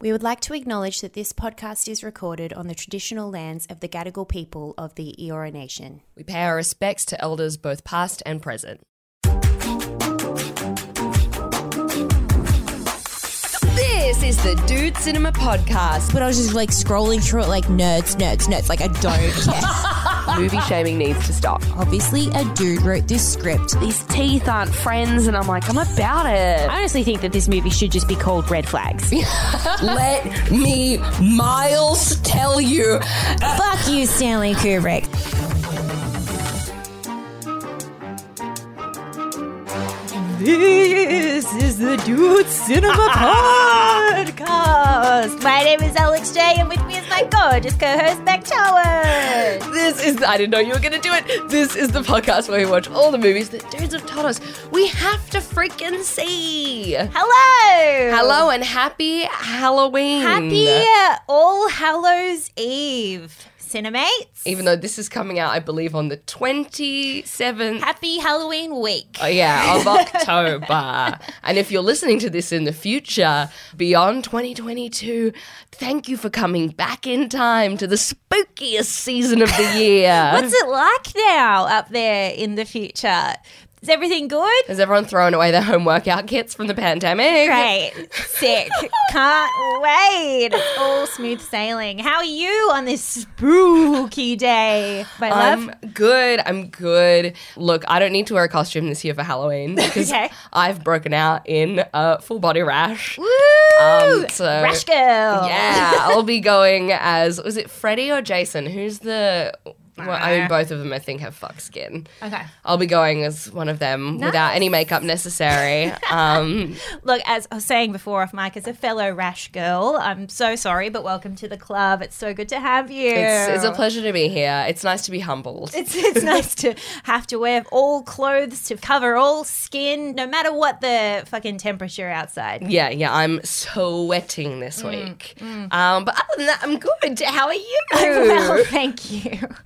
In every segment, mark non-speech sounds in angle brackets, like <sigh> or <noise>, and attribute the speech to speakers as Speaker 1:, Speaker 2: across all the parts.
Speaker 1: We would like to acknowledge that this podcast is recorded on the traditional lands of the Gadigal people of the Eora Nation.
Speaker 2: We pay our respects to elders both past and present. This is the Dude Cinema Podcast. <laughs>
Speaker 3: but I was just like scrolling through it, like nerds, nerds, nerds. Like I don't care.
Speaker 4: Movie shaming needs to stop.
Speaker 1: Oh,
Speaker 3: Obviously, a dude wrote this script.
Speaker 4: These teeth aren't friends, and I'm like, I'm about
Speaker 2: <laughs>
Speaker 4: it.
Speaker 5: I honestly think that this movie should just be called Red Flags.
Speaker 6: Let me, Miles, tell you.
Speaker 3: Fuck you, Stanley Kubrick.
Speaker 5: This is the Dude
Speaker 1: <laughs>
Speaker 5: Cinema Podcast.
Speaker 1: My name is Alex J, and with me is my gorgeous co-host Beck Towers.
Speaker 2: This is, I didn't know you were going to do it. This is the podcast where we watch all the movies that dudes have taught us we have to freaking see.
Speaker 1: Hello.
Speaker 2: Hello and happy Halloween.
Speaker 1: Happy All Hallows Eve, cinemates.
Speaker 2: Even though this is coming out, I believe, on the 27th
Speaker 1: Happy Halloween week.
Speaker 2: Oh,
Speaker 1: <laughs>
Speaker 2: yeah, of October. and if you're listening to this in the future, beyond 2022, thank you for coming back in time to the spookiest season of
Speaker 1: <laughs>
Speaker 2: the year.
Speaker 1: What's it like now up there in the future? Is everything good?
Speaker 2: Has everyone thrown away their home workout kits from the pandemic?
Speaker 1: Great. Sick. Can't wait. It's all smooth sailing. How are you on this spooky day, my love?
Speaker 2: I'm good. I'm good. Look, I don't need to wear a costume this year
Speaker 1: <laughs>
Speaker 2: for Halloween because
Speaker 1: Okay.
Speaker 2: I've broken out in a full body rash.
Speaker 1: Woo!
Speaker 2: Um, so
Speaker 1: Rash girl. <laughs>
Speaker 2: Yeah, I'll be going as was it Freddie or Jason? Who's the? Well, I
Speaker 1: Ah.
Speaker 2: mean, both of them I think have fuck skin.
Speaker 1: Okay.
Speaker 2: I'll be going as one of them without any makeup necessary.
Speaker 1: <laughs>
Speaker 2: um,
Speaker 1: Look, as I was saying before off mic, as a fellow rash girl, I'm so sorry, but welcome to the club. It's so good to have you.
Speaker 2: it's, it's a pleasure to be here. It's nice to be humbled.
Speaker 1: It's, it's nice to have to wear all clothes to cover all skin, no matter what the fucking temperature outside.
Speaker 2: yeah, yeah, I'm sweating this
Speaker 1: Mm,
Speaker 2: week. Um, but other than that, I'm good. How are you?
Speaker 1: <laughs>
Speaker 2: <laughs>
Speaker 1: well, thank you. <laughs>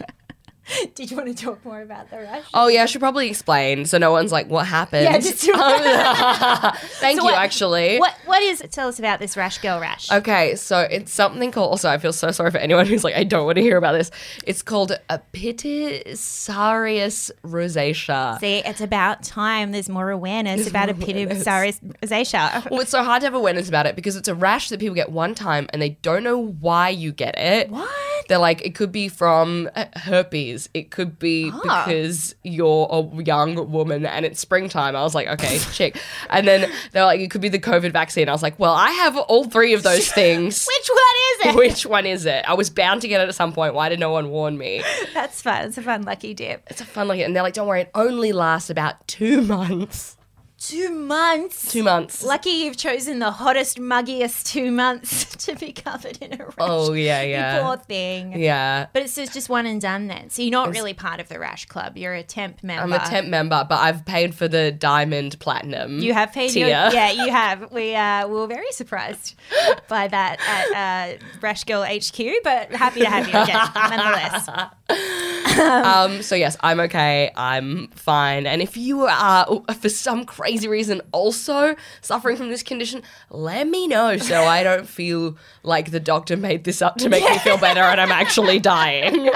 Speaker 1: Did you want to talk more about the rash?
Speaker 2: Oh yeah, I should probably explain so no one's like, what happened?
Speaker 1: Yeah, just-
Speaker 2: <laughs>
Speaker 1: <laughs>
Speaker 2: Thank you,
Speaker 1: what-
Speaker 2: actually.
Speaker 1: What what is it? Tell us about this rash girl rash.
Speaker 2: Okay, so it's something called. Also, I feel so sorry for anyone who's like, I don't want to hear about this. It's called a pitisarius rosacea.
Speaker 1: See, it's about time there's more awareness about Epidiosaurus rosacea.
Speaker 2: Well, it's so hard to have awareness about it because it's a rash that people get one time and they don't know why you get it.
Speaker 1: What?
Speaker 2: They're like, it could be from uh, herpes. It could be because you're a young woman and it's springtime. I was like, okay, chick. And then they're like, it could be the COVID vaccine. I was like, well, I have all three of those things.
Speaker 1: Which <laughs> one is it?
Speaker 2: Which one is it? I was bound to get it at some point. Why did no one warn me?
Speaker 1: That's fun. It's a fun lucky dip.
Speaker 2: It's a fun like, and they're like, don't worry, it only lasts about two months.
Speaker 1: Two months.
Speaker 2: Two months.
Speaker 1: Lucky you've chosen the hottest, muggiest two months <laughs> to be covered in a rash.
Speaker 2: oh yeah,
Speaker 1: You poor
Speaker 2: yeah,
Speaker 1: thing.
Speaker 2: yeah.
Speaker 1: But it's just, just one and done then. So you're not really part of the rash club. You're a temp
Speaker 2: I'm
Speaker 1: member.
Speaker 2: a temp member, but I've paid for the diamond platinum.
Speaker 1: You have paid your
Speaker 2: tier.
Speaker 1: yeah. You have. We uh, we were very surprised by that at uh, Rash Girl HQ, but happy to have you again nonetheless.
Speaker 2: <laughs> Um, so yes, I'm okay. I'm fine. And if you are, uh, for some crazy reason, also suffering from this condition, let me know so I don't feel like the doctor made this up to make me feel better and I'm
Speaker 1: <laughs>
Speaker 2: actually dying.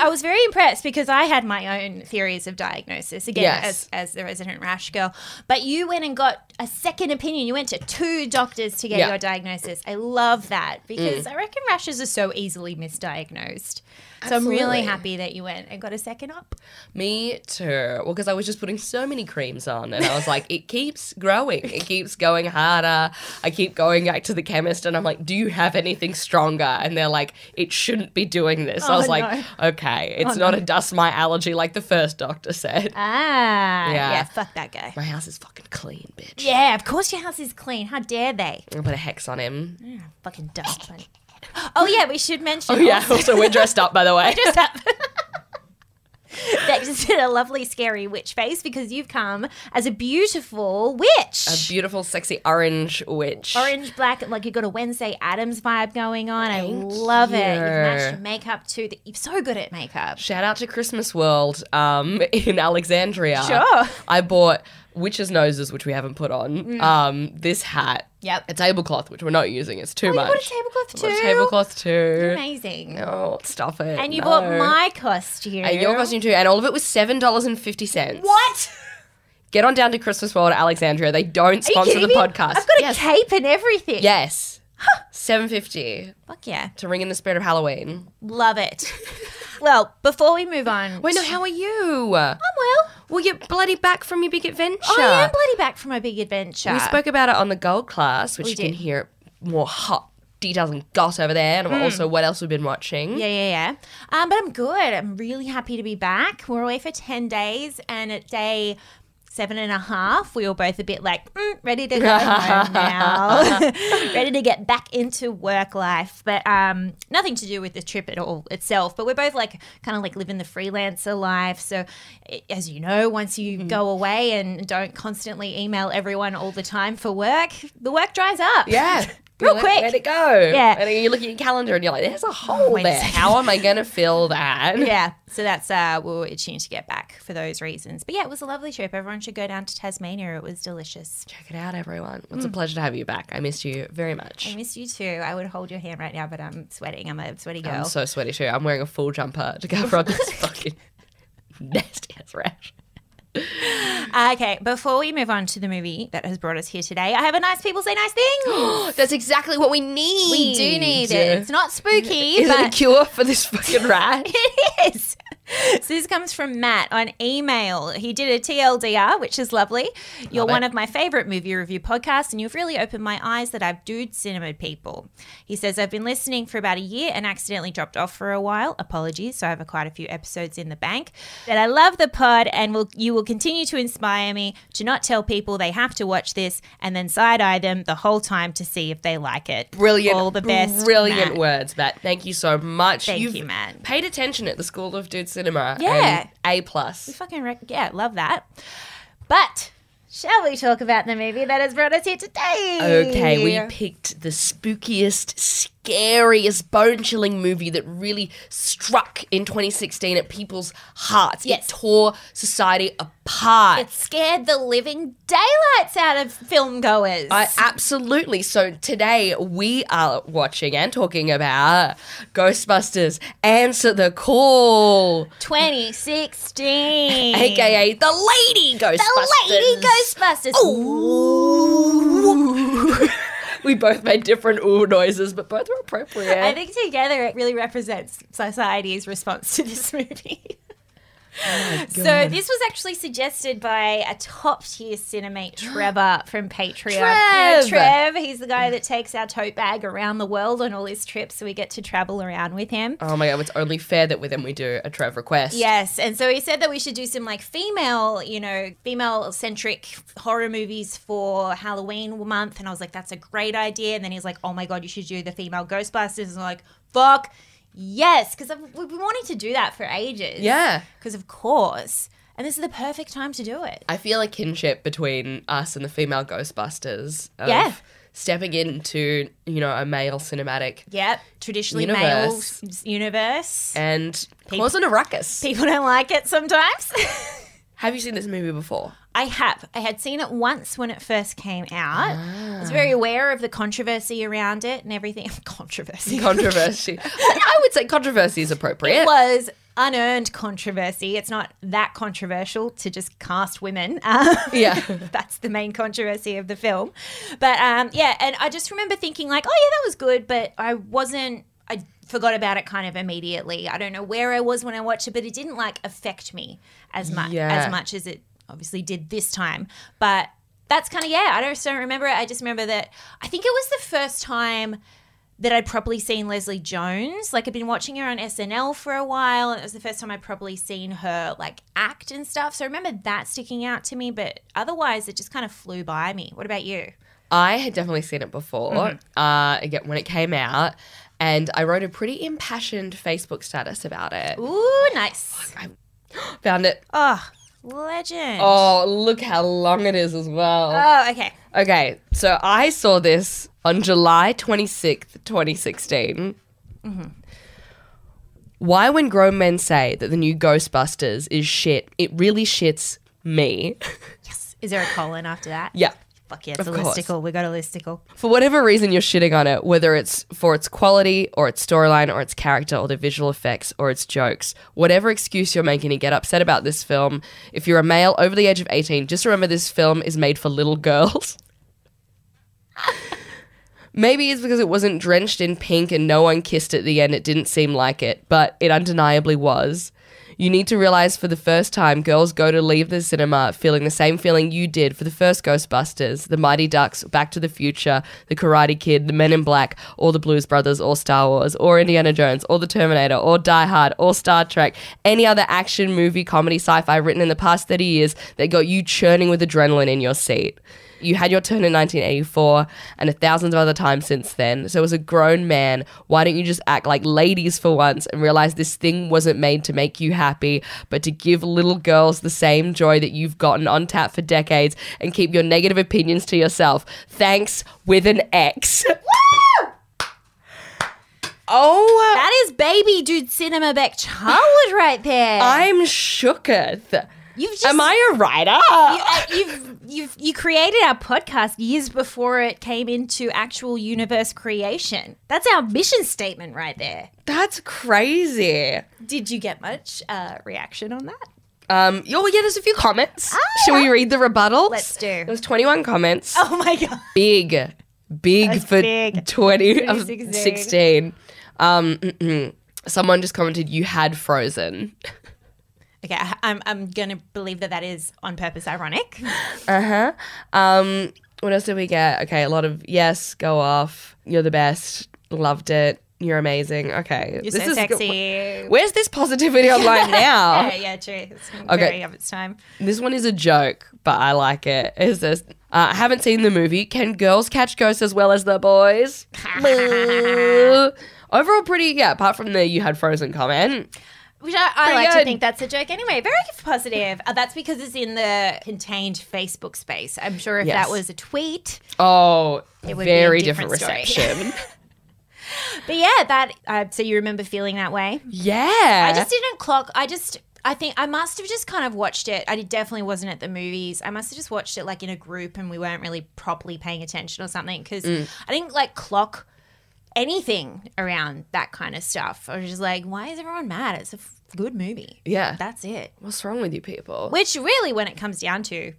Speaker 1: I was very impressed because I had my own theories of diagnosis again
Speaker 2: Yes.
Speaker 1: as, as the resident rash girl. But you went and got a second opinion. You went to two doctors to get
Speaker 2: Yeah. Mm.
Speaker 1: your diagnosis. I love that because I reckon rashes are so easily misdiagnosed. So I'm
Speaker 2: Absolutely.
Speaker 1: really happy that you went and got a second up.
Speaker 2: Me too. Well, because I was just putting so many creams on, and I was like, it keeps growing. It keeps going harder. I keep going back to the chemist, and I'm like, do you have anything stronger? And they're like, it shouldn't be doing this. I
Speaker 1: Oh,
Speaker 2: was like,
Speaker 1: no.
Speaker 2: okay, it's not a dust mite allergy like the first doctor said.
Speaker 1: Ah,
Speaker 2: Yeah.
Speaker 1: yeah. fuck that guy.
Speaker 2: My house is fucking clean, bitch.
Speaker 1: Yeah, of course your house is clean. How dare they?
Speaker 2: I'll put a hex on him.
Speaker 1: Fucking dust bunny. Oh yeah, we should mention.
Speaker 2: Oh, <laughs> yeah. Also, we're dressed up, by the way.
Speaker 1: <laughs> just up. that just did a lovely, scary witch face because you've come as a beautiful witch.
Speaker 2: A beautiful, sexy orange witch.
Speaker 1: Orange, black, like you've got a Wednesday Adams vibe going on. I love it. You've matched your makeup too. You're so good at makeup.
Speaker 2: <laughs> Shout out to Christmas World um, in Alexandria.
Speaker 1: Sure. Mm.
Speaker 2: I bought witches' noses, which we haven't put on, um, this hat,
Speaker 1: Yep.
Speaker 2: a tablecloth, which we're not using. It's too much.
Speaker 1: Oh, bought a tablecloth
Speaker 2: I bought a
Speaker 1: too?
Speaker 2: tablecloth too.
Speaker 1: Amazing.
Speaker 2: Oh, stop it.
Speaker 1: And you
Speaker 2: no.
Speaker 1: bought my costume.
Speaker 2: And your costume too, and all of it was seven dollars and fifty cents.
Speaker 1: What?
Speaker 2: Get on down to Christmas World, Alexandria. They don't
Speaker 1: Are you
Speaker 2: sponsor
Speaker 1: kidding
Speaker 2: the
Speaker 1: me?
Speaker 2: podcast.
Speaker 1: I've got a
Speaker 2: yes,
Speaker 1: cape and everything.
Speaker 2: yes, seven fifty
Speaker 1: Fuck yeah.
Speaker 2: to ring in the spirit of Halloween.
Speaker 1: Love it. well, before we move on.
Speaker 2: Wait, no, how are you?
Speaker 1: I'm well.
Speaker 2: Well, you're bloody back from your big adventure.
Speaker 1: I am bloody back from a big adventure.
Speaker 2: We spoke about it on the gold class, which
Speaker 1: We
Speaker 2: you can
Speaker 1: did.
Speaker 2: hear more hot details and gut over there, and also what else we've been watching.
Speaker 1: Mm. Yeah, yeah, yeah. Um, but I'm good. I'm really happy to be back. We're away for 10 days, and at day seven and a half, we were both a bit like, mm, ready to go home now, <laughs> ready to get back into work life. But um, nothing to do with the trip at all itself. But we're both like, kind of like living the freelancer life. So, i- as you know, once you go away and don't constantly email everyone all the time for work, the work dries up.
Speaker 2: <laughs> Yeah.
Speaker 1: Real
Speaker 2: You're like,
Speaker 1: quick.
Speaker 2: Where'd it go?
Speaker 1: Yeah. Oh,
Speaker 2: And then you look at your calendar and you're like, there's a hole
Speaker 1: Wait a
Speaker 2: there.
Speaker 1: second.
Speaker 2: How am I going to fill that?
Speaker 1: yeah. So that's uh we were itching to get back for those reasons. But yeah, it was a lovely trip. Everyone should go down to Tasmania. It was delicious.
Speaker 2: Check it out, everyone. It's
Speaker 1: Mm.
Speaker 2: a pleasure to have you back. I missed you very much.
Speaker 1: I miss you too. I would hold your hand right now, but I'm sweating. I'm a sweaty girl.
Speaker 2: I'm so sweaty too. I'm wearing a full jumper to cover
Speaker 1: <laughs>
Speaker 2: up this fucking nasty ass rash.
Speaker 1: Uh, okay, before we move on to the movie that has brought us here today, I have a nice people say <gasps> nice thing.
Speaker 2: That's exactly what we need.
Speaker 1: we do need it. It's not spooky,
Speaker 2: Is it a
Speaker 1: but
Speaker 2: cure for this fucking rash?
Speaker 1: <laughs> it is. So this comes from Matt on email. He did a TLDR, which is lovely. You're
Speaker 2: Love it.
Speaker 1: one of my favorite movie review podcasts, and you've really opened my eyes that I've dude cinema people. He says I've been listening for about a year and accidentally dropped off for a while. Apologies, so I have quite a few episodes in the bank. But I love the pod, and will you will continue to inspire me to not tell people they have to watch this and then side eye them the whole time to see if they like it.
Speaker 2: Brilliant.
Speaker 1: all the best,
Speaker 2: Brilliant
Speaker 1: Matt.
Speaker 2: words, Matt. Thank you so much.
Speaker 1: Thank
Speaker 2: You've
Speaker 1: you, Matt.
Speaker 2: Paid attention at the School of Dude Cinema.
Speaker 1: Yeah.
Speaker 2: and A plus.
Speaker 1: fucking rec- yeah, love that. But shall we talk about the movie that has brought us here today?
Speaker 2: Okay, we picked the spookiest, scariest, bone chilling movie that really struck in 2016 at people's hearts.
Speaker 1: Yes.
Speaker 2: It tore society apart.
Speaker 1: it scared the living daylights out of film goers.
Speaker 2: I, absolutely. So today we are watching and talking about Ghostbusters Answer the Call, <laughs>
Speaker 1: 2016,
Speaker 2: aka the Lady Ghostbusters.
Speaker 1: the Lady Ghostbusters.
Speaker 2: we both made different ooh noises, but both were appropriate.
Speaker 1: I think together it really represents society's response to this <laughs> movie. so this was actually suggested by a top tier cinemate, Trevor from Patreon. Yeah,
Speaker 2: Trev!
Speaker 1: Trev, he's the guy that takes our tote bag around the world on all his trips, so we get to travel around with him.
Speaker 2: oh my god, it's only fair that with them we do a Trev request.
Speaker 1: Yes, and so he said that we should do some like female, you know, female centric horror movies for Halloween month. And I was like, that's a great idea. And then he's like, oh my god, you should do the female Ghostbusters. And I'm like, fuck, yes, because we've been wanting to do that for ages.
Speaker 2: Yeah.
Speaker 1: because of course, and this is the perfect time to do it.
Speaker 2: I feel a kinship between us and the female Ghostbusters. Of
Speaker 1: Yeah.
Speaker 2: Stepping into, you know, a male cinematic
Speaker 1: Yep, traditionally
Speaker 2: Universe.
Speaker 1: male s- universe.
Speaker 2: and causing a ruckus.
Speaker 1: People don't like it sometimes. <laughs>
Speaker 2: Have you seen this movie before?
Speaker 1: I have. I had seen it once when it first came out. I was
Speaker 2: Ah.
Speaker 1: very aware of the controversy around it and everything. <laughs>
Speaker 2: <laughs>
Speaker 1: Controversy. <laughs>
Speaker 2: Controversy. I would say controversy is appropriate.
Speaker 1: It was unearned controversy. It's not that controversial to just cast women. <laughs> Um,
Speaker 2: Yeah.
Speaker 1: that's the main controversy of the film. But um, yeah, and I just remember thinking like, oh yeah, that was good, but I wasn't. I forgot about it kind of immediately. I don't know where I was when I watched it, but it didn't like affect me as much
Speaker 2: Yeah.
Speaker 1: as much as it obviously did this time. But that's kind of yeah. I just don't remember it. I just remember that I think it was the first time that I'd probably seen Leslie Jones. Like I'd been watching her on SNL for a while, and it was the first time I'd probably seen her like act and stuff. So I remember that sticking out to me, but otherwise it just kind of flew by me. What about you?
Speaker 2: I had definitely seen it before. Uh, again, when it came out, and I wrote a pretty impassioned Facebook status about it.
Speaker 1: Ooh, nice.
Speaker 2: Found it.
Speaker 1: Oh, legend.
Speaker 2: Oh, look how long it is as well.
Speaker 1: Oh, okay.
Speaker 2: okay, so I saw this on July twenty sixth, twenty Why, when grown men say that the new Ghostbusters is shit, it really shits me. <laughs>
Speaker 1: It's Is there a colon after that?
Speaker 2: Yeah.
Speaker 1: Fuck yeah, it's
Speaker 2: Of
Speaker 1: a
Speaker 2: course.
Speaker 1: listicle. We got a listicle.
Speaker 2: For whatever reason you're shitting on it, whether it's for its quality or its storyline or its character or the visual effects or its jokes, whatever excuse you're making to get upset about this film, if you're a male over the age of 18, just remember this film is made for little <laughs> girls. Maybe it's because it wasn't drenched in pink and no one kissed at the end, it didn't seem like it, but it undeniably was. You need to realize for the first time, girls go to leave the cinema feeling the same feeling you did for the first Ghostbusters, The Mighty Ducks, Back to the Future, The Karate Kid, The Men in Black, or The Blues Brothers, or Star Wars, or Indiana Jones, or The Terminator, or Die Hard, or Star Trek, any other action movie, comedy, sci fi written in the past 30 years that got you churning with adrenaline in your seat. You had your turn in 1984 and a thousands of other times since then. So, as a grown man, why don't you just act like ladies for once and realize this thing wasn't made to make you happy, but to give little girls the same joy that you've gotten on tap for decades and keep your negative opinions to yourself? Thanks with an X. <laughs> oh,
Speaker 1: That is baby dude cinema back childhood right there.
Speaker 2: I'm shooketh.
Speaker 1: you've just
Speaker 2: Am I a writer?
Speaker 1: you, uh, you've you've you created our podcast years before it came into actual universe creation. That's our mission statement right there.
Speaker 2: That's crazy.
Speaker 1: Did you get much uh, reaction on that?
Speaker 2: Um, oh yeah, there's a few comments. Shall we read the rebuttals?
Speaker 1: Ah! Let's do.
Speaker 2: There's 21 comments.
Speaker 1: <laughs> Oh my god!
Speaker 2: Big, big for
Speaker 1: big.
Speaker 2: 20 of
Speaker 1: 16.
Speaker 2: 16. Um, mm-mm. someone just commented, "You had frozen."
Speaker 1: Okay, I- I'm I'm gonna believe that that is on purpose <laughs> ironic. Uh-huh.
Speaker 2: Um, what else did we get? Okay, a lot of yes, go off. You're the best. Loved it. You're amazing. Okay,
Speaker 1: You're so sexy. Yeah,
Speaker 2: Where's this
Speaker 1: <laughs>
Speaker 2: positivity online now?
Speaker 1: yeah, true. It's very of its <laughs> time.
Speaker 2: This one is a joke, but I like it. It says, uh, I haven't seen the movie. Can girls catch ghosts as well as the boys? Boo. Overall, pretty, yeah, apart from the you had frozen comment.
Speaker 1: Which I, I like
Speaker 2: good.
Speaker 1: to think that's a joke anyway. Very positive. Uh, that's because it's in the contained Facebook space. I'm sure if
Speaker 2: Yes.
Speaker 1: that was a tweet,
Speaker 2: Oh,
Speaker 1: would be a
Speaker 2: very different,
Speaker 1: different story.
Speaker 2: reception.
Speaker 1: <laughs> But yeah, that. Uh, so you remember feeling that way?
Speaker 2: yeah.
Speaker 1: I just didn't clock. I just. I think I must have just kind of watched it. I definitely wasn't at the movies. I must have just watched it like in a group, and we weren't really properly paying attention or something because I didn't like clock anything around that kind of stuff. I was just like, why is everyone mad? It's a f- good movie.
Speaker 2: yeah.
Speaker 1: That's it.
Speaker 2: What's wrong with you people?
Speaker 1: Which really, when it comes down to,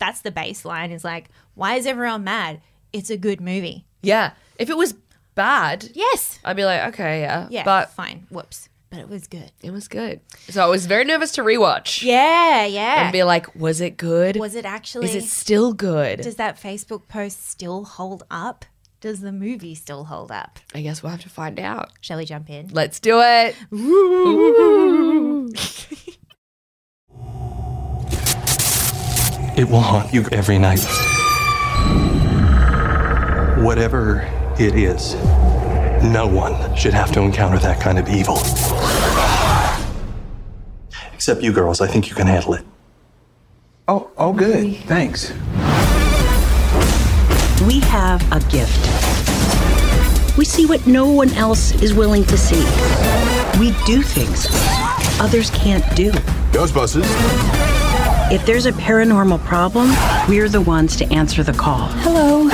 Speaker 1: that's the baseline. Is like, why is everyone mad? It's a good movie.
Speaker 2: yeah. If it was bad,
Speaker 1: Yes.
Speaker 2: I'd be like, okay, yeah.
Speaker 1: Yeah.
Speaker 2: But
Speaker 1: fine. Whoops. But it was good.
Speaker 2: it was good. So I was very nervous to rewatch
Speaker 1: Yeah. Yeah.
Speaker 2: and be like, was it good?
Speaker 1: Was it actually?
Speaker 2: Is it still good?
Speaker 1: does that Facebook post still hold up? Does the movie still hold up?
Speaker 2: I guess we'll have to find out.
Speaker 1: Shall we jump in?
Speaker 2: Let's do it.
Speaker 7: It will haunt you every night. Whatever it is, no one should have to encounter that kind of evil. Except you girls, I think you can handle it.
Speaker 8: Oh, oh, good. Thanks.
Speaker 9: We have a gift. We see what no one else is willing to see. We do things others can't do.
Speaker 10: Ghostbusters.
Speaker 9: If there's a paranormal problem, we're the ones to answer the call. Hello.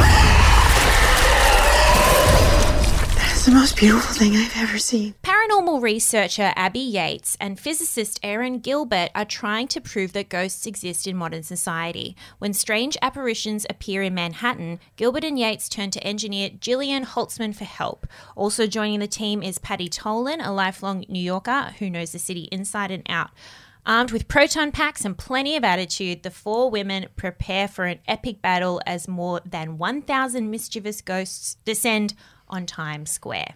Speaker 11: It's the most beautiful thing I've ever seen.
Speaker 1: Paranormal researcher Abby Yates and physicist Aaron Gilbert are trying to prove that ghosts exist in modern society. When strange apparitions appear in Manhattan, Gilbert and Yates turn to engineer Gillian Holtzman for help. Also joining the team is Patty Tolan, a lifelong New Yorker who knows the city inside and out. Armed with proton packs and plenty of attitude, the four women prepare for an epic battle as more than 1,000 mischievous ghosts descend on Times Square.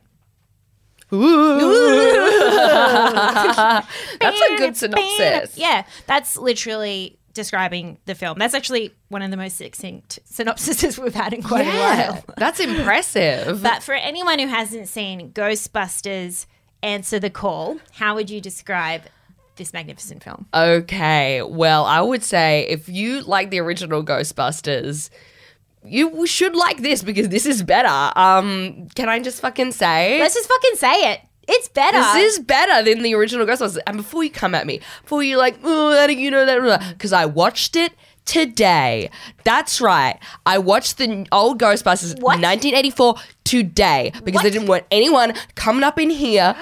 Speaker 2: That's a good synopsis.
Speaker 1: Yeah, that's literally describing the film. That's actually one of the most succinct synopsises <laughs> we've had in quite a
Speaker 2: Yeah, <laughs>
Speaker 1: while.
Speaker 2: that's impressive.
Speaker 1: But for anyone who hasn't seen Ghostbusters Answer the Call, how would you describe this magnificent film?
Speaker 2: okay, well, I would say if you like the original Ghostbusters, you should like this because this is better. Um, can I just fucking say?
Speaker 1: Let's just fucking say it. It's better.
Speaker 2: this is better than the original Ghostbusters. And before you come at me, before you like, oh, how do you know that? Because I watched it today. That's right. I watched the old Ghostbusters
Speaker 1: What?
Speaker 2: 1984 today because they didn't want anyone coming up in <gasps> here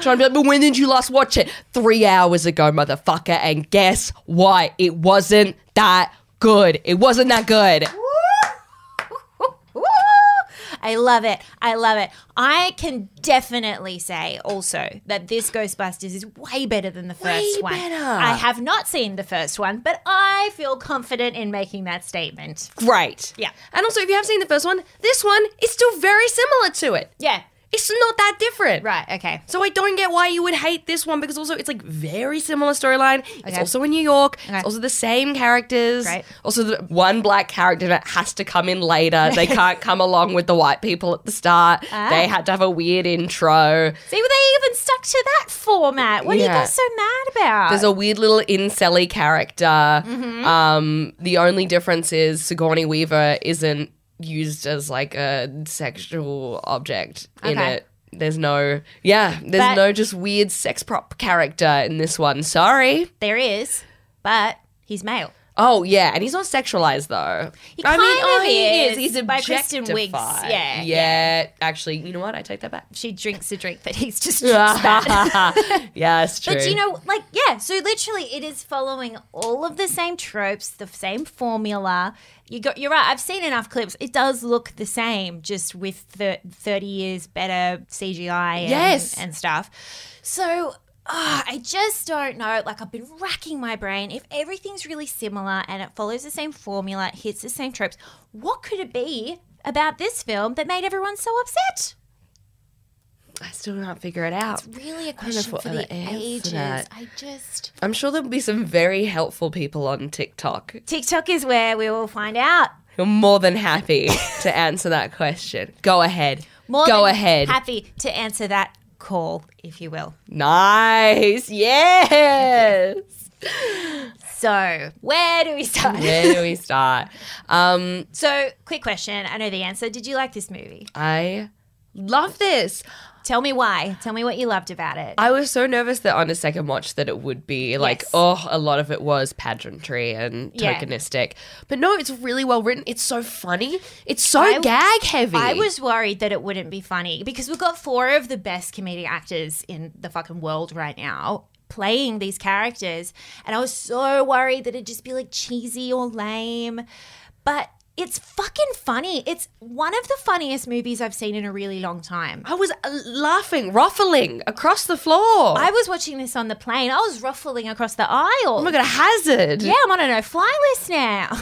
Speaker 2: trying to be like, but when did you last watch it? Three hours ago, motherfucker. And guess what? It wasn't that good. It wasn't that good.
Speaker 1: Woo! <laughs> I love it. I love it. I can definitely say also that this Ghostbusters is way better than the first one. I have not seen the first one, but I feel confident in making that statement.
Speaker 2: Great.
Speaker 1: Yeah.
Speaker 2: And also, if you have seen the first one, this one is still very similar to it.
Speaker 1: Yeah.
Speaker 2: It's not that different.
Speaker 1: Right. Okay.
Speaker 2: So I don't get why you would hate this one because also it's like very similar storyline. It's
Speaker 1: Okay.
Speaker 2: also in New York.
Speaker 1: Okay.
Speaker 2: It's also the same characters.
Speaker 1: Great.
Speaker 2: Also the one black character that has to come in later.
Speaker 1: <laughs>
Speaker 2: They can't come along with the white people at the start.
Speaker 1: Ah.
Speaker 2: They had to have a weird intro.
Speaker 1: See, well, they even stuck to that format. What are
Speaker 2: Yeah.
Speaker 1: you guys so mad about?
Speaker 2: There's a weird little incelly character.
Speaker 1: Mm-hmm.
Speaker 2: Um, the only difference is Sigourney Weaver isn't used as like a sexual object in
Speaker 1: Okay.
Speaker 2: it. There's no, yeah, there's
Speaker 1: But-
Speaker 2: no just weird sex prop character in this one. Sorry.
Speaker 1: there is, but he's male.
Speaker 2: Oh yeah, and he's not sexualized though.
Speaker 1: He
Speaker 2: I
Speaker 1: kind
Speaker 2: mean, oh,
Speaker 1: of
Speaker 2: he
Speaker 1: is,
Speaker 2: He's
Speaker 1: by Kristen Wiig.
Speaker 2: objectified.
Speaker 1: Yeah,
Speaker 2: yeah. Actually, you know what? I take
Speaker 1: <laughs>
Speaker 2: that back.
Speaker 1: She drinks a drink that he's
Speaker 2: <laughs>
Speaker 1: just drinks that.
Speaker 2: yeah, it's true.
Speaker 1: But you know, like, yeah, so literally it is following all of the same tropes, the same formula. You got you're right, I've seen enough clips. It does look the same, just with the thirty years better CGI and,
Speaker 2: Yes.
Speaker 1: and stuff. So ah, I just don't know. Like I've been racking my brain. If everything's really similar and it follows the same formula, it hits the same tropes, what could it be about this film that made everyone so upset?
Speaker 2: I still can't figure it out.
Speaker 1: Really a
Speaker 2: don't know
Speaker 1: question
Speaker 2: what
Speaker 1: for
Speaker 2: the
Speaker 1: the
Speaker 2: answer to
Speaker 1: ages.
Speaker 2: that.
Speaker 1: I just
Speaker 2: I'm sure there'll be some very helpful people on TikTok
Speaker 1: TikTok is where we will find out.
Speaker 2: You're more than
Speaker 1: <laughs>
Speaker 2: happy to answer that question. Go ahead.
Speaker 1: More
Speaker 2: Go
Speaker 1: than
Speaker 2: ahead.
Speaker 1: Happy to answer that call, if you will.
Speaker 2: nice. Yes.
Speaker 1: So, where do we start?
Speaker 2: Where do we start? Um,
Speaker 1: <laughs> So, quick question. I know the answer. Did you like this movie?
Speaker 2: I love this.
Speaker 1: Tell me why. Tell me what you loved about it.
Speaker 2: I was so nervous that on a second watch that it would be like,
Speaker 1: Yes.
Speaker 2: oh, a lot of it was pageantry and
Speaker 1: Yeah.
Speaker 2: tokenistic. But no, it's really well written. It's so funny. It's so
Speaker 1: I-
Speaker 2: gag heavy.
Speaker 1: I was worried that it wouldn't be funny because we've got four of the best comedic actors in the fucking world right now playing these characters. And I was so worried that it'd just be like cheesy or lame. But it's fucking funny. It's one of the funniest movies I've seen in a really long time.
Speaker 2: I was uh, laughing, ruffling across the floor.
Speaker 1: I was watching this on the plane. I was ruffling across the aisle.
Speaker 2: oh my god, a hazard.
Speaker 1: Yeah, I'm on a no fly list now. <laughs>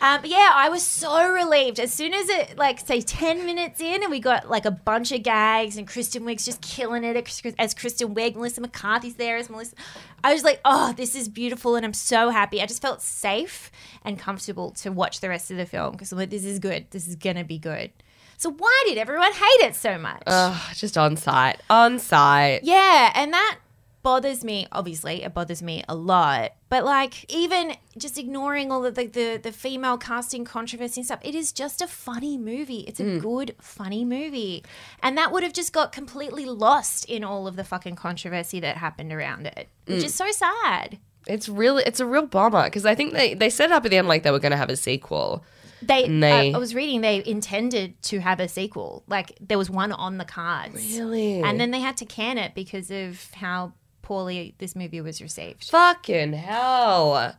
Speaker 1: um, but yeah, I was so relieved as soon as it like say ten minutes in, and we got like a bunch of gags, and Kristen Wiig's just killing it as Chris- as Kristen Wiig, Melissa McCarthy's there as Melissa. I was like, oh, this is beautiful, and I'm so happy. I just felt safe and comfortable to watch the rest of the film because I'm like, this is good. This is gonna be good. So why did everyone hate it so much?
Speaker 2: Ugh, just on site. On site.
Speaker 1: Yeah, and that bothers me. Obviously, it bothers me a lot. But like, even just ignoring all of the the, the female casting controversy and stuff, it is just a funny movie. It's a
Speaker 2: Hmm.
Speaker 1: good funny movie, and that would have just got completely lost in all of the fucking controversy that happened around it, which
Speaker 2: Hmm.
Speaker 1: is so sad.
Speaker 2: It's really it's a real bummer because I think they they set it up at the end like they were going to have a sequel.
Speaker 1: They,
Speaker 2: And they-
Speaker 1: I, I was reading, they intended to have a sequel. Like there was one on the cards,
Speaker 2: Really?
Speaker 1: and then they had to can it because of how poorly this movie was received.
Speaker 2: Fucking hell.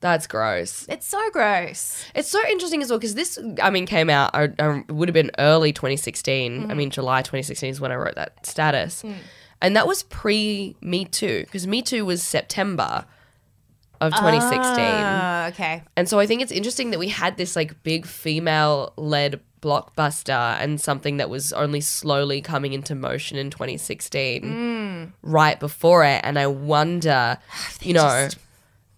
Speaker 2: That's gross.
Speaker 1: It's so gross.
Speaker 2: It's so interesting as well because this, I mean, came out, I, I would have been early 2016. I mean, July 2016 is when I wrote that status. And that was pre Me Too because Me Too was September of 2016. Mm-hmm.
Speaker 1: Oh, okay.
Speaker 2: And so I think it's interesting that we had this like big female led blockbuster and something that was only slowly coming into motion in 2016 right before it. And I wonder, you know,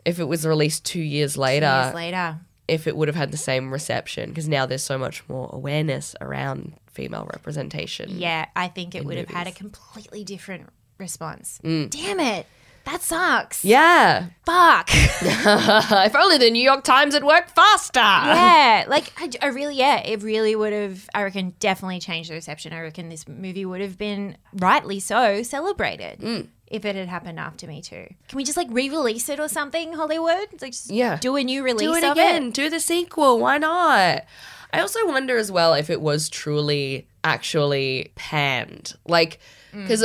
Speaker 2: if it was released two years later,
Speaker 1: Years
Speaker 2: mm.
Speaker 1: later.
Speaker 2: if it would have had the same reception because now there's so much more awareness around female representation.
Speaker 1: Yeah, I think it would have had a completely different response. Damn it. That sucks.
Speaker 2: Mm. Yeah. <laughs> Uh,
Speaker 1: Fuck.
Speaker 2: if only the New York Times had worked faster.
Speaker 1: yeah. Like, I, I really, yeah, it really would have, I reckon,
Speaker 2: Mm.
Speaker 1: definitely changed the reception. I reckon this movie would have been, rightly so, celebrated. if it had happened after Me Too. Can we just like re-release it or something, Hollywood? It's Like, just
Speaker 2: Yeah.
Speaker 1: do a new release
Speaker 2: Do it
Speaker 1: of
Speaker 2: again.
Speaker 1: it.
Speaker 2: Do the sequel. Why not? I also wonder as well if it was truly actually panned. Like,
Speaker 1: Mm.
Speaker 2: because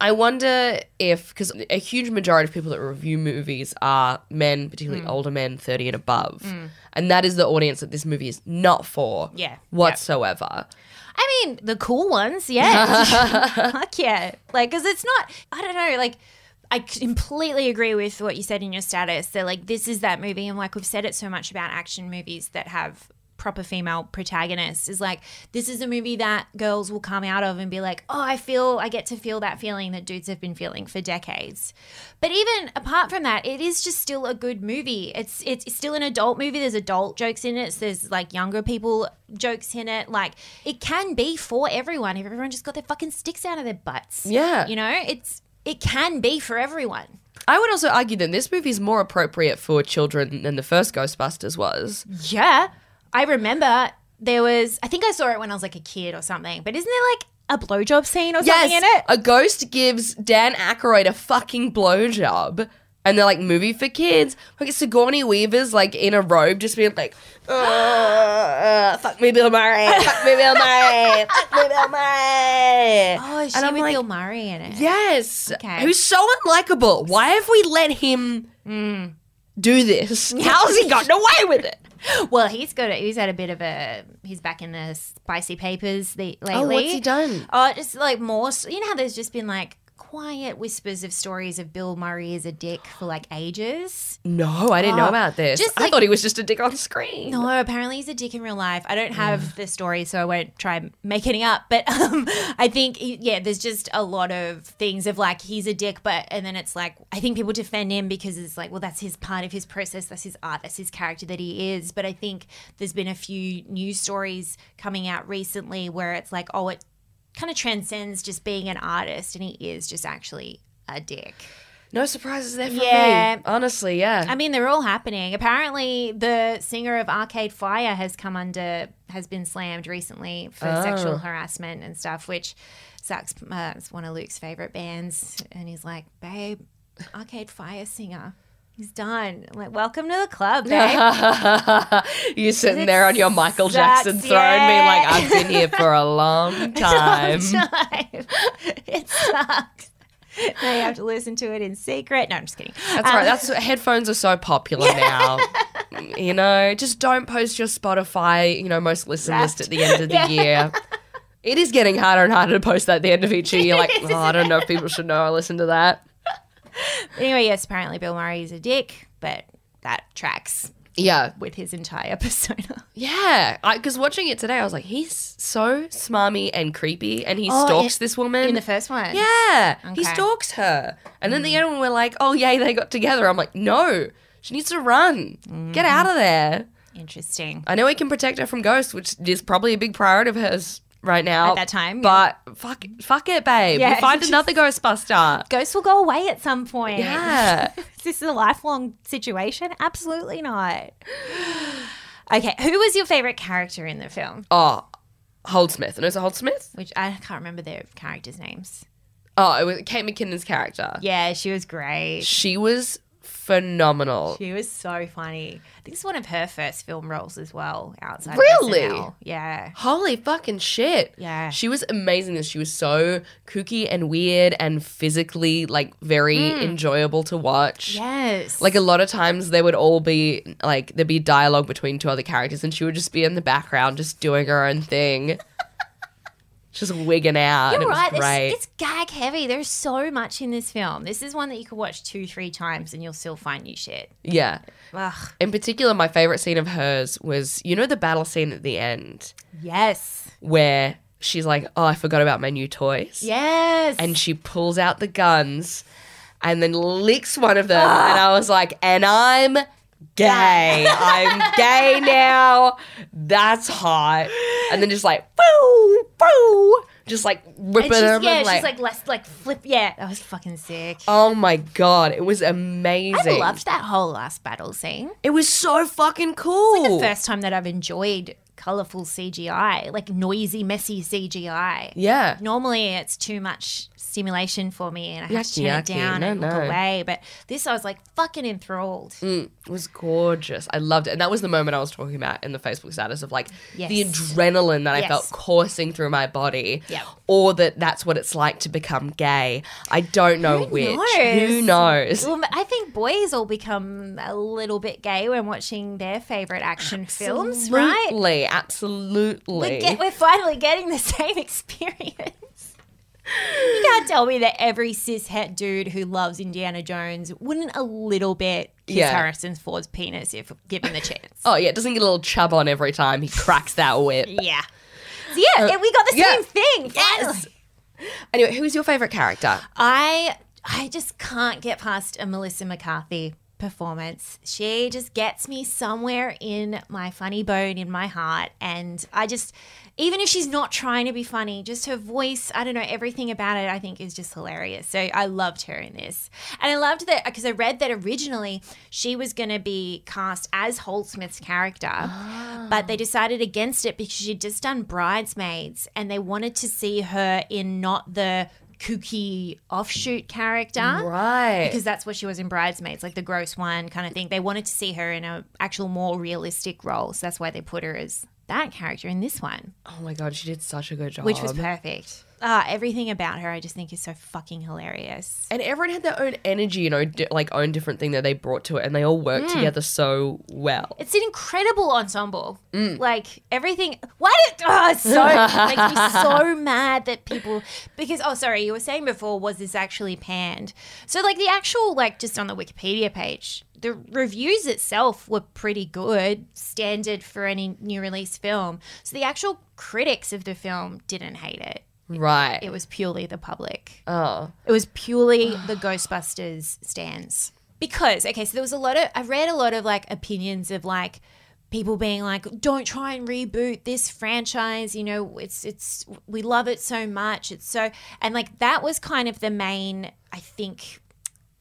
Speaker 2: I wonder if, because a huge majority of people that review movies are men, particularly
Speaker 1: Mm.
Speaker 2: older men, 30 and above. And that is the audience that this movie is not for
Speaker 1: Yeah.
Speaker 2: whatsoever.
Speaker 1: I mean, the cool ones, yeah. Fuck yeah. Like, because it's not, I don't know, like, I completely agree with what you said in your status. They're like, this is that movie. And like, we've said it so much about action movies that have proper female protagonists is like, this is a movie that girls will come out of and be like, oh, I feel, I get to feel that feeling that dudes have been feeling for decades. But even apart from that, it is just still a good movie. It's it's it's still an adult movie. There's adult jokes in it. There's like younger people jokes in it. Like it can be for everyone if everyone just got their fucking sticks out of their butts.
Speaker 2: Yeah.
Speaker 1: You know, it's it can be for everyone.
Speaker 2: I would also argue that this movie is more appropriate for children than the first Ghostbusters was.
Speaker 1: Yeah. I remember there was I think I saw it when I was like a kid or something, but isn't there like a blowjob scene or something in it?
Speaker 2: a ghost gives Dan Aykroyd a fucking blowjob. And they're like movie for kids. Like Sigourney Weaver's like in a robe, just being like, "Uh, "Fuck me, Bill Murray. Fuck me, Bill Murray. Fuck me, Bill Murray."
Speaker 1: <laughs> Oh, is she
Speaker 2: And I'm
Speaker 1: with
Speaker 2: like,
Speaker 1: Bill Murray in it?
Speaker 2: Yes.
Speaker 1: Okay.
Speaker 2: Who's so unlikable. Why have we let him
Speaker 1: Hmm.
Speaker 2: do this? How's he gotten away with it?
Speaker 1: <laughs> Well, he's got a, he's had a bit of a he's back in the spicy papers the, lately.
Speaker 2: Oh, what's he done?
Speaker 1: Oh, just like more. s- You know how there's just been like quiet whispers of stories of Bill Murray as a dick for like ages.
Speaker 2: No, I didn't know about this.
Speaker 1: just
Speaker 2: I
Speaker 1: like-
Speaker 2: thought he was Oh, just a dick on screen.
Speaker 1: No, apparently he's a dick in real life. I don't have the story, so I won't try and make any up. But <laughs> um, I think yeah, there's just a lot of things of like he's a dick, but and then it's like I think people defend him because it's like well that's his part of his process, that's his art, that's his character that he is. But I think there's been a few news stories coming out recently where it's like oh it kind of transcends just being an artist, and he is just actually a dick.
Speaker 2: No surprises there for
Speaker 1: Yeah.
Speaker 2: me. Honestly, yeah.
Speaker 1: I mean, they're all happening. Apparently, the singer of Arcade Fire has come under, has been slammed recently for
Speaker 2: Oh.
Speaker 1: sexual harassment and stuff, which sucks. Uh, it's one of Luke's favorite bands. And he's like, babe, Arcade Fire singer. He's done. I'm like, welcome to the club,
Speaker 2: <laughs>
Speaker 1: babe.
Speaker 2: you sitting there on your Michael
Speaker 1: sucks,
Speaker 2: Jackson throne,
Speaker 1: yeah.
Speaker 2: being like, I've been here for
Speaker 1: <laughs>
Speaker 2: a long time.
Speaker 1: it sucks. Now you have to listen to it in secret. No, I'm just kidding. Uh,
Speaker 2: That's right. That's headphones are so popular now.
Speaker 1: <laughs>
Speaker 2: You know, just don't post your Spotify, you know, most listened list at the end of the year. It is getting harder and harder to post that at the end
Speaker 1: <laughs>
Speaker 2: of each year. You're like, oh, I don't know if people should know I listened to that.
Speaker 1: Anyway, yes, apparently Bill Murray is a dick, but that tracks
Speaker 2: Yeah.
Speaker 1: with his entire <laughs> persona.
Speaker 2: Yeah. Because watching it today, I was like, he's so smarmy and creepy, and he
Speaker 1: Oh,
Speaker 2: stalks
Speaker 1: in-
Speaker 2: this woman.
Speaker 1: In the first one.
Speaker 2: Yeah. He
Speaker 1: Okay. Mm.
Speaker 2: stalks her. And then at the end when we're like, oh yay, they got together. I'm like, no, she needs to run. Get
Speaker 1: Mm.
Speaker 2: out of there.
Speaker 1: Interesting.
Speaker 2: I know he can protect her from ghosts, which is probably a big priority of hers right now.
Speaker 1: At that time, yeah.
Speaker 2: But fuck fuck it, babe.
Speaker 1: Yeah. <laughs>
Speaker 2: We'll find another Ghostbuster.
Speaker 1: Ghosts will go away at some point.
Speaker 2: Yeah.
Speaker 1: <laughs> Is this a lifelong situation? Absolutely not. <gasps> Okay, who was your favorite character in the film?
Speaker 2: oh. Holdsmith. And it was a Holdsmith?
Speaker 1: Which I can't remember their characters' names.
Speaker 2: Oh, it was Kate McKinnon's character.
Speaker 1: Yeah, she was great.
Speaker 2: She was phenomenal.
Speaker 1: She was so funny. I think it's one of her first film roles as well outside. of
Speaker 2: Really?
Speaker 1: SNL. Yeah.
Speaker 2: Holy fucking shit.
Speaker 1: Yeah.
Speaker 2: She was amazing. This She was so kooky and weird and physically like very
Speaker 1: Mm.
Speaker 2: enjoyable to watch.
Speaker 1: Yes.
Speaker 2: Like a lot of times they would all be like there'd be dialogue between two other characters and she would just be in the background just doing her own thing. <laughs> just wigging out. and
Speaker 1: You're
Speaker 2: it
Speaker 1: right.
Speaker 2: was great.
Speaker 1: This, it's gag heavy. There's so much in this film. This is one that you could watch two, three times and you'll still find new shit.
Speaker 2: yeah.
Speaker 1: Ugh.
Speaker 2: In particular, my favorite scene of hers was you know the battle scene at the end
Speaker 1: Yes.
Speaker 2: where she's like, "Oh, I forgot about my new toys."
Speaker 1: Yes.
Speaker 2: and she pulls out the guns and then licks one of them and i was like and i'm
Speaker 1: <laughs>
Speaker 2: gay i'm gay now that's hot and then just like boo boo just like ripping
Speaker 1: And she's,
Speaker 2: them
Speaker 1: yeah,
Speaker 2: and
Speaker 1: she's like less like flip. Yeah, that was fucking sick.
Speaker 2: oh my god it was amazing
Speaker 1: I loved that whole last battle scene.
Speaker 2: it was so fucking cool
Speaker 1: First time that I've enjoyed colorful CGI, like noisy, messy CGI.
Speaker 2: Yeah.
Speaker 1: Normally it's too much stimulation for me and I have to
Speaker 2: Yucky,
Speaker 1: turn it
Speaker 2: yucky.
Speaker 1: down
Speaker 2: No,
Speaker 1: and look
Speaker 2: no.
Speaker 1: away. But this I was like fucking enthralled.
Speaker 2: Mm, it was gorgeous. I loved it. And that was the moment I was talking about in the Facebook status of like the
Speaker 1: Yes.
Speaker 2: adrenaline that I
Speaker 1: Yes.
Speaker 2: felt coursing through my body.
Speaker 1: Yep.
Speaker 2: Or that that's what it's like to become gay. I don't know which. Who
Speaker 1: knows?
Speaker 2: knows?
Speaker 1: Well, I think boys all become a little bit gay when watching their favorite action films, right?
Speaker 2: Absolutely. Absolutely.
Speaker 1: We get, we're finally getting the <laughs> same experience. You can't tell me that every cis het dude who loves Indiana Jones wouldn't a little bit kiss
Speaker 2: Yeah.
Speaker 1: Harrison Ford's penis if given the
Speaker 2: <laughs>
Speaker 1: chance.
Speaker 2: oh, yeah. It doesn't get a little chub on every time he cracks that whip.
Speaker 1: <laughs> yeah. So yeah, yeah, we got the
Speaker 2: yeah.
Speaker 1: same thing. finally.
Speaker 2: Yes. Anyway, who's your favorite character?
Speaker 1: I I just can't get past a Melissa McCarthy performance. She just gets me somewhere in my funny bone in my heart and I just even if she's not trying to be funny, just her voice, I don't know, everything about it I think is just hilarious. So I loved her in this. And I loved that because I read that originally she was going to be cast as Holt Smith's character, but they decided against it because she'd just done Bridesmaids and they wanted to see her in not the kooky offshoot character.
Speaker 2: Right.
Speaker 1: Because that's what she was in Bridesmaids, like the gross one kind of thing. They wanted to see her in a actual more realistic role. So that's why they put her as that character in this one,
Speaker 2: Oh my god, she did such a good job.
Speaker 1: which was perfect. Ah, everything about her I just think is so fucking hilarious.
Speaker 2: and everyone had their own energy and own, di- like own different thing that they brought to it, and they all
Speaker 1: Mm.
Speaker 2: worked together so well.
Speaker 1: It's an incredible ensemble. Like everything. Why did <laughs> oh, it's so it makes me so mad that people because oh sorry you were saying before was this actually panned? So like the actual like just on the Wikipedia page, the reviews itself were pretty good, standard for any new release film. So the actual critics of the film didn't hate it.
Speaker 2: right.
Speaker 1: It was purely the public.
Speaker 2: oh,
Speaker 1: It was purely the Ghostbusters stands. Because, okay, so there was a lot of, I read a lot of like opinions of like, People being like, "Don't try and reboot this franchise." You know, it's it's we love it so much. It's so and like that was kind of the main, I think,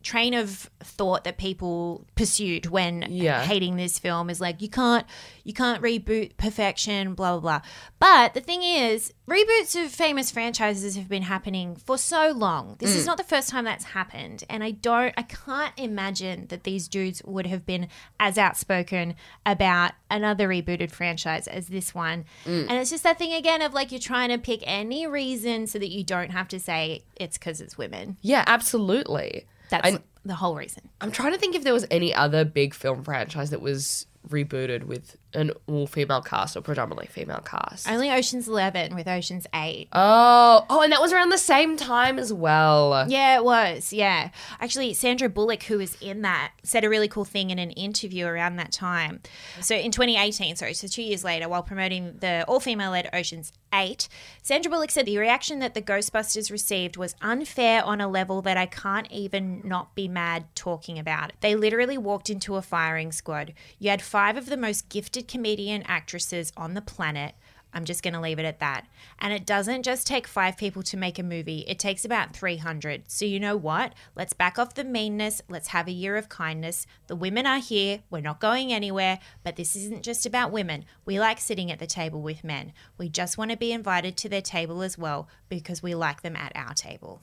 Speaker 1: train of thought that people pursued when
Speaker 2: Yeah.
Speaker 1: hating this film is like you can't you can't reboot perfection blah blah blah but the thing is reboots of famous franchises have been happening for so long this is not the first time that's happened and i don't i can't imagine that these dudes would have been as outspoken about another rebooted franchise as this one and it's just that thing again of like you're trying to pick any reason so that you don't have to say it's because it's women
Speaker 2: yeah, absolutely.
Speaker 1: that's
Speaker 2: I-
Speaker 1: the whole reason.
Speaker 2: I'm trying to think if there was any other big film franchise that was rebooted with an all female cast or predominantly female cast.
Speaker 1: Only Ocean's Eleven with Ocean's Eight.
Speaker 2: oh, oh, and that was around the same time as well.
Speaker 1: Yeah, it was. Yeah. Actually, Sandra Bullock, who was in that, said a really cool thing in an interview around that time. So in 2018, sorry, so two years later, while promoting the all female led Ocean's 8, Sandra Bullock said the reaction that the Ghostbusters received was unfair on a level that I can't even not be mad talking about. They literally walked into a firing squad. You had five of the most gifted comedian actresses on the planet. I'm just going to leave it at that. And it doesn't just take five people to make a movie, it takes about 300. So, you know what? Let's back off the meanness. Let's have a year of kindness. The women are here. We're not going anywhere. But this isn't just about women. We like sitting at the table with men. We just want to be invited to their table as well because we like them at our table.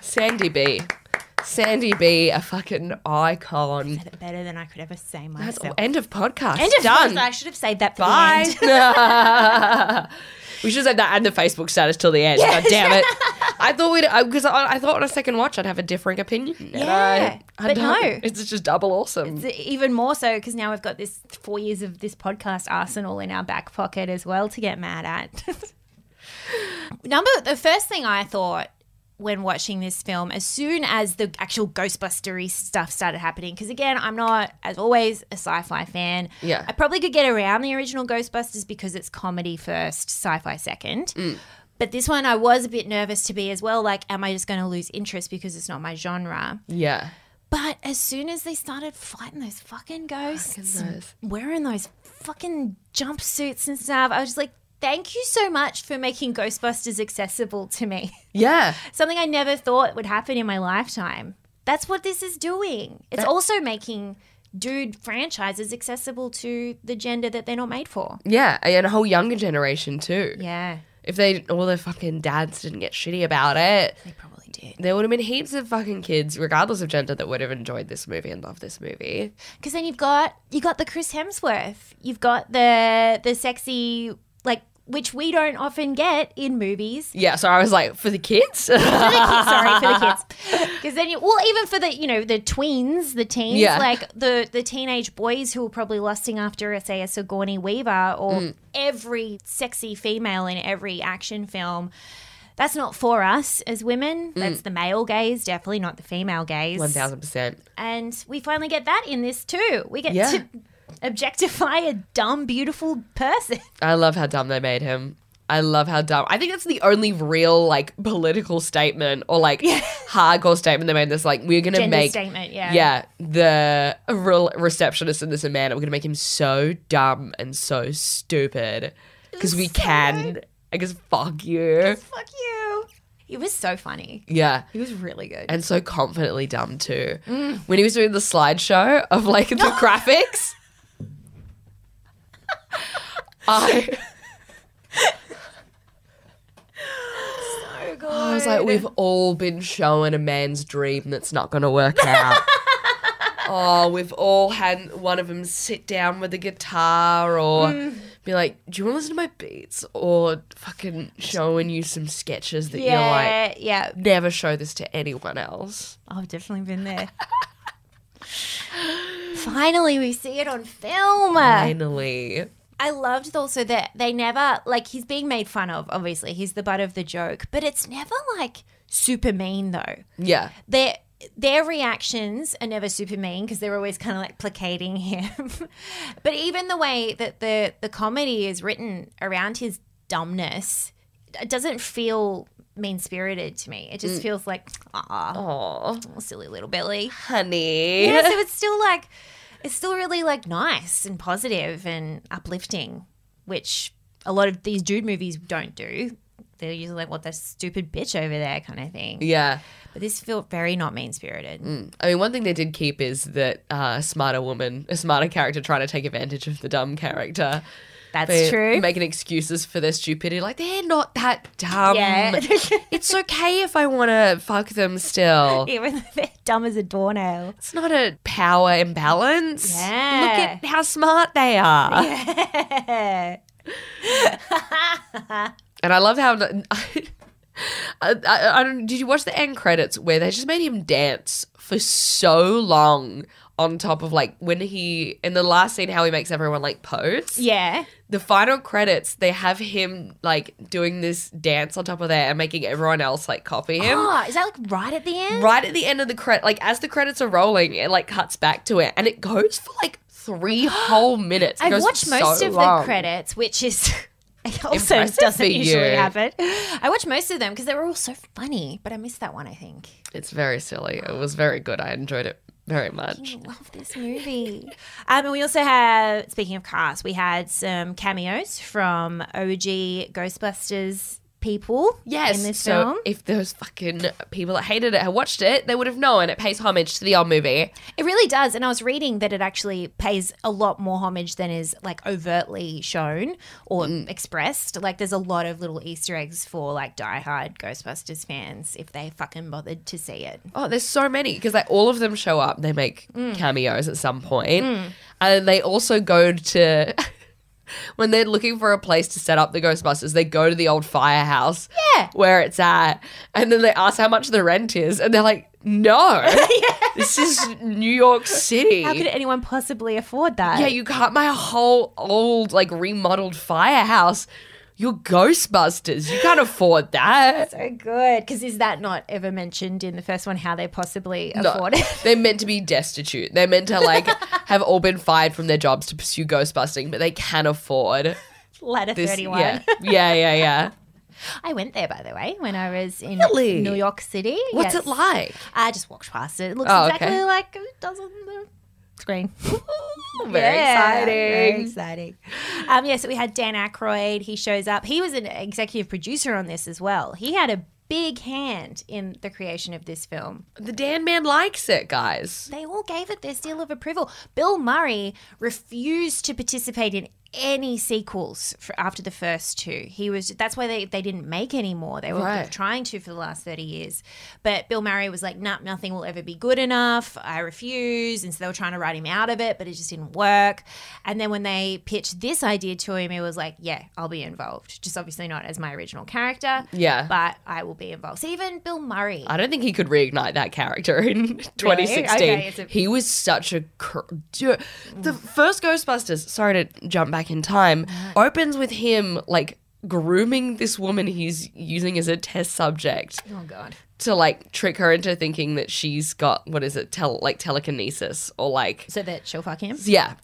Speaker 2: Sandy B. Sandy B, a fucking icon.
Speaker 1: Better than I could ever say
Speaker 2: That's
Speaker 1: myself.
Speaker 2: end of podcast.
Speaker 1: End of
Speaker 2: Done.
Speaker 1: I should have saved that for the end.
Speaker 2: Bye.
Speaker 1: <laughs>
Speaker 2: <laughs> we should have that and the Facebook status till the end. God damn it. I thought we'd because I, I thought on a second watch I'd have a differing opinion. and
Speaker 1: Yeah,
Speaker 2: I, I
Speaker 1: but
Speaker 2: don't.
Speaker 1: no.
Speaker 2: it's just double awesome.
Speaker 1: It's even more so because now we've got this four years of this podcast arsenal in our back pocket as well to get mad at. <laughs> Number the first thing I thought when watching this film, as soon as the actual Ghostbustery stuff started happening, because again, I'm not as always a sci-fi fan.
Speaker 2: Yeah.
Speaker 1: I probably could get around the original Ghostbusters because it's comedy first, sci-fi second. But this one, I was a bit nervous to be as well. Like, am I just going to lose interest because it's not my genre?
Speaker 2: yeah.
Speaker 1: But as soon as they started fighting those fucking ghosts, wearing those fucking jumpsuits and stuff, I was just like, thank you so much for making Ghostbusters accessible to me. <laughs>
Speaker 2: Yeah.
Speaker 1: Something I never thought would happen in my lifetime. That's what this is doing. It's also making do franchises accessible to the gender that they're not made for.
Speaker 2: Yeah, and a whole younger generation too.
Speaker 1: Yeah.
Speaker 2: If they all their fucking dads didn't get shitty about it,
Speaker 1: They probably did.
Speaker 2: there would have been heaps of fucking kids, regardless of gender, that would have enjoyed this movie and loved this movie.
Speaker 1: Because then you've got you got the Chris Hemsworth, you've got the the sexy like which we don't often get in movies.
Speaker 2: Yeah, so I was like, for the kids? <laughs>
Speaker 1: For the kids, sorry for the kids. Because then you well even for the you know the tweens, the teens,
Speaker 2: Yeah.
Speaker 1: like the the teenage boys who are probably lusting after say a Sigourney Weaver or every sexy female in every action film. That's not for us as women. That's the male gaze, definitely not the female gaze.
Speaker 2: 1000%.
Speaker 1: and we finally get that in this too. We get
Speaker 2: Yeah.
Speaker 1: to <laughs> objectify a dumb, beautiful person. <laughs>
Speaker 2: I love how dumb they made him. I love how dumb. I think that's the only real like political statement or like <laughs> hardcore statement they made. This like we're gonna
Speaker 1: Gender
Speaker 2: make
Speaker 1: statement, yeah.
Speaker 2: yeah the real receptionist in this a man. We're gonna make him so dumb and so stupid because we can. I guess fuck you.
Speaker 1: Fuck you. It was so funny.
Speaker 2: Yeah.
Speaker 1: It was really good.
Speaker 2: And so confidently dumb too.
Speaker 1: Mm.
Speaker 2: When he was doing the slideshow of
Speaker 1: <laughs>
Speaker 2: like the graphics, I
Speaker 1: so good.
Speaker 2: I was like, we've all been shown a man's dream that's not going to work out. oh, we've all had one of them sit down with a guitar or be like, do you want to listen to my beats? Or fucking showing <gasps> you some sketches that you're
Speaker 1: yeah,
Speaker 2: like,
Speaker 1: yeah.
Speaker 2: never show this to anyone else.
Speaker 1: I've definitely been there. Finally, we see it on film.
Speaker 2: Finally.
Speaker 1: I loved also that they never like he's being made fun of. Obviously, he's the butt of the joke, but it's never like super mean though.
Speaker 2: Yeah.
Speaker 1: their their reactions are never super mean because they're always kind of like placating <laughs> him. but even the way that the the comedy is written around his dumbness it doesn't feel mean spirited to me. It just feels like ah,
Speaker 2: Oh,
Speaker 1: silly little Billy.
Speaker 2: honey.
Speaker 1: Yeah,
Speaker 2: <laughs>
Speaker 1: so it's still like it's still really like nice and positive and uplifting, which a lot of these dude movies don't do. They're usually like, "What that stupid bitch over there," kind of thing.
Speaker 2: Yeah. Mm.
Speaker 1: But this felt very not mean spirited.
Speaker 2: I mean, one thing they did keep is that uh, a smarter woman, a smarter character trying to take advantage of the dumb character.
Speaker 1: That's
Speaker 2: They're
Speaker 1: true.
Speaker 2: Making excuses for their stupidity. Like, they're not that dumb.
Speaker 1: Yeah. <laughs>
Speaker 2: it's okay if I want to fuck them still.
Speaker 1: <laughs> Even though they're dumb as a doornail.
Speaker 2: It's not a power imbalance.
Speaker 1: Yeah.
Speaker 2: Look at how smart
Speaker 1: <laughs>
Speaker 2: they are. and I love how. <laughs> I, I, I don't, did you watch the end credits where they just made him dance for so long? On top of like when he in the last scene, how he makes everyone like pose
Speaker 1: Yeah.
Speaker 2: the final credits, they have him like doing this dance on top of that and making everyone else like copy
Speaker 1: <gasps>
Speaker 2: him.
Speaker 1: Oh, is that like right at the end?
Speaker 2: Um, Right at the end of the credit, like as the credits are rolling, it like cuts back to it and it goes for like
Speaker 1: <gasps>
Speaker 2: three whole minutes. It
Speaker 1: I've
Speaker 2: goes
Speaker 1: watched
Speaker 2: so
Speaker 1: most of
Speaker 2: long.
Speaker 1: the credits, which is <laughs> also
Speaker 2: Impressive for
Speaker 1: doesn't usually
Speaker 2: you.
Speaker 1: happen. I watched most of them because they were all so funny, but I missed that one, I think.
Speaker 2: It's very silly. It was very good. I enjoyed it very much.
Speaker 1: I love this movie. <laughs> um, and we also have, speaking of cast, we had some cameos from OG Ghostbusters people in this
Speaker 2: so
Speaker 1: film.
Speaker 2: if those fucking people that hated it had watched it, they would have known it pays homage to the old movie.
Speaker 1: It really does. And I was reading that it actually pays a lot more homage than is like overtly shown or expressed. Like there's a lot of little Easter eggs for like diehard Ghostbusters fans if they fucking bothered to see it.
Speaker 2: Oh, there's so many because like all of them show up. They make
Speaker 1: Mm.
Speaker 2: cameos at some point, and they also go to <laughs> when they're looking for a place to set up the Ghostbusters. They go to the old firehouse,
Speaker 1: Yeah.
Speaker 2: where it's at, and then they ask how much the rent is, and they're like,
Speaker 1: <laughs>
Speaker 2: "No, this is New York City."
Speaker 1: How could anyone possibly afford that?
Speaker 2: yeah, you got my whole old like remodeled firehouse. You're Ghostbusters. You can't afford that.
Speaker 1: so good. Because is that not ever mentioned in the first one? How they possibly afford it?
Speaker 2: They're meant to be destitute. They're meant
Speaker 1: <laughs>
Speaker 2: to like have all been fired from their jobs to pursue ghostbusting, but they can afford
Speaker 1: Letter
Speaker 2: this.
Speaker 1: thirty one.
Speaker 2: Yeah, <laughs> yeah, yeah, yeah.
Speaker 1: I went there by the way when I was in
Speaker 2: Really?
Speaker 1: New York City.
Speaker 2: What's
Speaker 1: Yes.
Speaker 2: it like?
Speaker 1: I just walked past it. It looks
Speaker 2: Oh, okay.
Speaker 1: exactly like it does on the screen.
Speaker 2: <laughs>
Speaker 1: <laughs>
Speaker 2: Very
Speaker 1: Yeah, Very
Speaker 2: exciting.
Speaker 1: exciting. Um, yeah, so we had Dan Aykroyd. He shows up. He was an executive producer on this as well. He had a big hand in the creation of this film.
Speaker 2: The Dan Man likes it, guys.
Speaker 1: They all gave it their seal of approval. Bill Murray refused to participate in any sequels for after the first two. He was that's why they, they didn't make any more. They were
Speaker 2: Right.
Speaker 1: trying to for the last 30 years. But Bill Murray was like, nah, nothing will ever be good enough. I refuse. And so they were trying to write him out of it, but it just didn't work. And then when they pitched this idea to him, he was like, yeah, I'll be involved. Just obviously not as my original character.
Speaker 2: Yeah.
Speaker 1: But I will be involved. So even Bill Murray.
Speaker 2: I don't think he could reignite that character in 2016.
Speaker 1: Okay, it's a-
Speaker 2: he was such a. Cr- Ju- the first Ghostbusters, sorry to jump back in time,
Speaker 1: Uh-huh.
Speaker 2: opens with him like grooming this woman he's using as a test subject
Speaker 1: oh, God.
Speaker 2: to like trick her into thinking that she's got what is it tel- like telekinesis or like
Speaker 1: So that she'll fuck him.
Speaker 2: yeah